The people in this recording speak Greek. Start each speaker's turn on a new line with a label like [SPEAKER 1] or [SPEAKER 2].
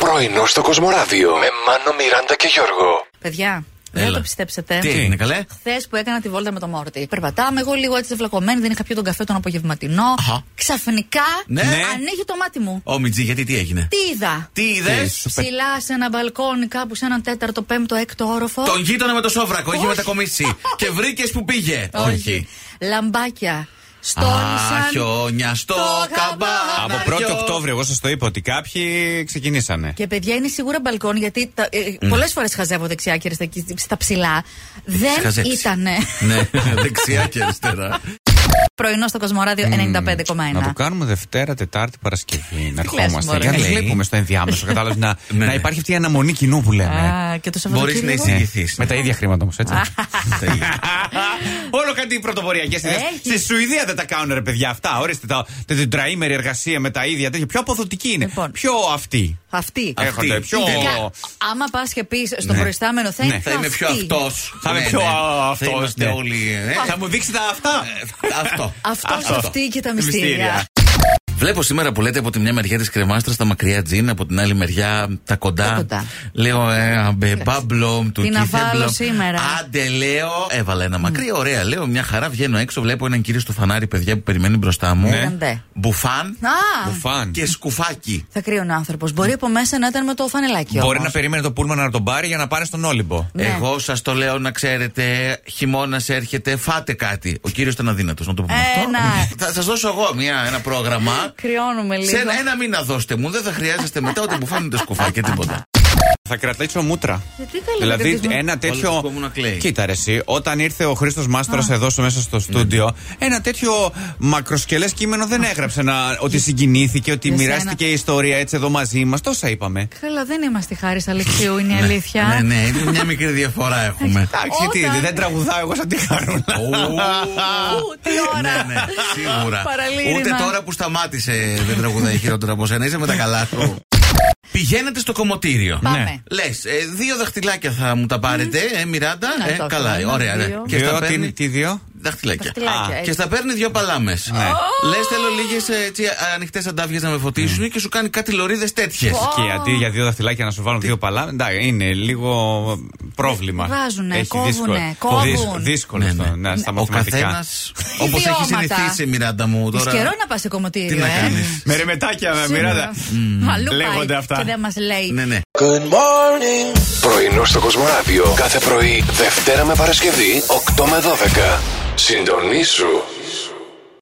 [SPEAKER 1] Πρωινό στο Κοσμοράδιο με Μάνο, Μιράντα και Γιώργο.
[SPEAKER 2] Παιδιά, δεν
[SPEAKER 3] Έλα.
[SPEAKER 2] το πιστέψετε.
[SPEAKER 3] Τι έγινε, καλέ.
[SPEAKER 2] Χθες που έκανα τη βόλτα με το Μόρτι. Περπατάμε, εγώ λίγο έτσι βλακωμένη, δεν είχα πιει τον καφέ τον απογευματινό.
[SPEAKER 3] Αχα.
[SPEAKER 2] Ξαφνικά
[SPEAKER 3] Ναι.
[SPEAKER 2] ανοίγει το μάτι μου.
[SPEAKER 3] Ω, Μιτζή, γιατί τι έγινε.
[SPEAKER 2] Τι είδα.
[SPEAKER 3] Τι είδες.
[SPEAKER 2] Ψηλά σε ένα μπαλκόνι κάπου σε έναν τέταρτο, πέμπτο, έκτο όροφο.
[SPEAKER 3] Τον γείτονα με το σόβρακο, είχε
[SPEAKER 2] Όχι.
[SPEAKER 3] μετακομίσει. και βρήκες που πήγε.
[SPEAKER 2] Λαμπάκια.
[SPEAKER 3] Α,
[SPEAKER 2] Στόλισαν.
[SPEAKER 3] χιόνια στο
[SPEAKER 2] το
[SPEAKER 3] καμπά.
[SPEAKER 2] γαμάκι.
[SPEAKER 4] Από 1η Οκτώβρη, εγώ σας το είπα ότι κάποιοι ξεκινήσανε.
[SPEAKER 2] Και παιδιά είναι σίγουρα μπαλκόνι γιατί τα, ε,
[SPEAKER 3] Ναι.
[SPEAKER 2] πολλές φορές χαζεύω δεξιά και αριστερά εκεί στα ψηλά. Δεν
[SPEAKER 3] Χαζέψει.
[SPEAKER 2] Ε, ήτανε
[SPEAKER 3] Ναι, δεξιά και αριστερά.
[SPEAKER 2] πρωινό στο Κοσμοράδιο 95,1.
[SPEAKER 4] Να το κάνουμε Δευτέρα, Τετάρτη, Παρασκευή. Να
[SPEAKER 2] λες, μωρέ.
[SPEAKER 4] ερχόμαστε. Για να
[SPEAKER 3] Λέει.
[SPEAKER 4] βλέπουμε στο ενδιάμεσο. Κατάλαβε να,
[SPEAKER 3] Ναι,
[SPEAKER 4] να
[SPEAKER 3] ναι.
[SPEAKER 4] υπάρχει αυτή η αναμονή κοινού που λέμε. Ναι.
[SPEAKER 2] Α, ναι. και το
[SPEAKER 3] Μπορείς να
[SPEAKER 2] Σαββατοκύριακο.
[SPEAKER 3] είσαι- Συνηθίσει.
[SPEAKER 4] Με τα ίδια χρήματα όμως, έτσι.
[SPEAKER 3] Τέλεια.
[SPEAKER 4] Όλο κάτι πρωτοποριακές ιδέε.
[SPEAKER 2] Ε, Έχει.
[SPEAKER 4] Στη Σουηδία δεν τα κάνουν ρε παιδιά αυτά. Ορίστε τα, τα τετραήμερη εργασία με τα ίδια τέτοια. Πιο αποδοτική είναι.
[SPEAKER 2] Λοιπόν.
[SPEAKER 4] Πιο αυτή.
[SPEAKER 2] Αυτή.
[SPEAKER 4] Έχονται πιο.
[SPEAKER 2] Ειδικά, άμα πας και πεις στο
[SPEAKER 4] Ναι.
[SPEAKER 2] προϊστάμενο, θα,
[SPEAKER 4] Ναι.
[SPEAKER 2] είναι
[SPEAKER 3] Θα είμαι
[SPEAKER 2] αυτή.
[SPEAKER 3] πιο αυτός.
[SPEAKER 4] Θα είμαι πιο αυτός,
[SPEAKER 3] Θα είμαστε
[SPEAKER 4] ναι.
[SPEAKER 3] όλοι. ε,
[SPEAKER 4] Θα μου δείξετε αυτά.
[SPEAKER 3] ε, Αυτό.
[SPEAKER 2] Αυτός, αυτή και τα μυστήρια.
[SPEAKER 4] Μυστήρια.
[SPEAKER 3] Βλέπω σήμερα που λέτε από τη μια μεριά της κρεμάστρας τα μακριά τζιν, από την άλλη μεριά τα κοντά.
[SPEAKER 2] Τα κοντά.
[SPEAKER 3] Λέω ε, αμπεμπάμπλο, του
[SPEAKER 2] Τι να
[SPEAKER 3] κίθεμπλο.
[SPEAKER 2] βάλω σήμερα.
[SPEAKER 3] Άντε, λέω. Έβαλα ένα μακρύ, ωραία. Λέω μια χαρά, βγαίνω έξω, βλέπω έναν κύριο στο φανάρι, παιδιά που περιμένει μπροστά μου.
[SPEAKER 2] Ναι. Ναι.
[SPEAKER 3] Μπουφάν
[SPEAKER 2] Α,
[SPEAKER 4] Μπουφάν.
[SPEAKER 3] και σκουφάκι.
[SPEAKER 2] θα κρύωνε ο άνθρωπος. Μπορεί από μέσα να ήταν με το φανελάκι.
[SPEAKER 4] Μπορεί
[SPEAKER 2] όμως.
[SPEAKER 4] να περίμενε το πούλμα να τον πάρει για να πάρει στον Όλυμπο.
[SPEAKER 2] Ναι.
[SPEAKER 3] Εγώ σας το λέω να ξέρετε, χειμώνας έρχεται, φάτε κάτι. Ο κύριος ήταν αδύνατος, να το πούμε
[SPEAKER 2] Ε,
[SPEAKER 3] αυτό.
[SPEAKER 2] ναι.
[SPEAKER 3] Θα σας δώσω εγώ μια, ένα πρόγραμμα.
[SPEAKER 2] Κρυώνουμε λίγο.
[SPEAKER 3] Σε ένα, ένα μήνα δώστε μου, δεν θα χρειάζεστε μετά ούτε που φάνε το σκουφάκι τίποτα.
[SPEAKER 4] Θα κρατήσω μούτρα.
[SPEAKER 2] Γιατί Ε, καλή
[SPEAKER 4] δηλαδή
[SPEAKER 2] κατακτισμό.
[SPEAKER 4] ένα
[SPEAKER 3] Όλο
[SPEAKER 4] τέτοιο.
[SPEAKER 3] το κόμμα να κλαίει. Ναι.
[SPEAKER 4] Κοίτα ρε, εσύ, όταν ήρθε ο Χρήστος Μάστορας εδώ στο- μέσα στο στούντιο, ένα τέτοιο μακροσκελές κείμενο δεν έγραψε να, ότι συγκινήθηκε, ότι
[SPEAKER 2] Για σένα.
[SPEAKER 4] μοιράστηκε η ιστορία έτσι εδώ μαζί μας. Τόσα είπαμε.
[SPEAKER 2] Καλά, δεν είμαστε χάρης Αλεξίου, είναι η αλήθεια.
[SPEAKER 3] Ναι, ναι, είναι μια μικρή διαφορά έχουμε.
[SPEAKER 4] Εντάξει,
[SPEAKER 2] Όταν-
[SPEAKER 4] τι, δεν τραγουδάω εγώ σαν τη χαρούλα.
[SPEAKER 3] Ου,
[SPEAKER 2] Ου, τι ώρα.
[SPEAKER 3] ναι, ναι, σίγουρα.
[SPEAKER 2] Παραλήρημα.
[SPEAKER 3] Ούτε τώρα που σταμάτησε δεν τραγουδάει χειρότερα από σένα. Είσαι με τα καλά σου. Πηγαίνετε στο κομμωτήριο.
[SPEAKER 2] Πάμε.
[SPEAKER 4] Ναι.
[SPEAKER 3] Λες, δύο δαχτυλάκια θα μου τα πάρετε, ε, Μιράντα.
[SPEAKER 2] Να
[SPEAKER 3] Ε,
[SPEAKER 2] το
[SPEAKER 3] καλά,
[SPEAKER 2] κάνω,
[SPEAKER 3] ωραία.
[SPEAKER 2] δύο.
[SPEAKER 3] ναι.
[SPEAKER 4] Και
[SPEAKER 3] Και στα
[SPEAKER 4] τι,
[SPEAKER 3] παίρνει.
[SPEAKER 4] τι δύο.
[SPEAKER 3] Δαχτυλάκια.
[SPEAKER 2] Δαχτυλάκια, έτσι.
[SPEAKER 3] Και στα παίρνει δύο παλάμες.
[SPEAKER 4] Ναι.
[SPEAKER 3] Λες, θέλω λίγες ανοιχτές αντάβιες να με φωτίσουν και σου κάνει κάτι λωρίδες τέτοιες.
[SPEAKER 4] Και αντί για δύο δαχτυλάκια να σου βάλουν δύο παλά, εντάξει, είναι λίγο πρόβλημα.
[SPEAKER 2] Βάζουνε,
[SPEAKER 4] Έχει
[SPEAKER 2] κόβουνε,
[SPEAKER 4] δύσκολο-
[SPEAKER 2] κόβουν.
[SPEAKER 4] δύσκολο- Δύσκολο
[SPEAKER 3] Ναι,
[SPEAKER 4] αυτό,
[SPEAKER 3] ναι.
[SPEAKER 4] ναι, στα
[SPEAKER 3] Ο
[SPEAKER 4] μαθηματικά.
[SPEAKER 3] καθένας. Όπως έχει
[SPEAKER 2] Ιδιώματα.
[SPEAKER 3] συνηθίσει, Μιράντα μου
[SPEAKER 2] Εις
[SPEAKER 3] τώρα.
[SPEAKER 2] καιρό να πας σε
[SPEAKER 3] Τι
[SPEAKER 2] κομμωτήριο,
[SPEAKER 3] να
[SPEAKER 2] ε.
[SPEAKER 3] κάνεις.
[SPEAKER 4] Με ρεμετάκια, με
[SPEAKER 2] Σήμερα.
[SPEAKER 4] μοιράδα.
[SPEAKER 2] Αλλού πάει
[SPEAKER 4] Λέγονται αυτά.
[SPEAKER 2] Και δεν μας λέει.
[SPEAKER 3] Ναι, ναι.
[SPEAKER 1] Πρωινό στο Κοσμοράδιο κάθε πρωί, Δευτέρα με Παρασκευή, 8 με 12. Συντονίσου.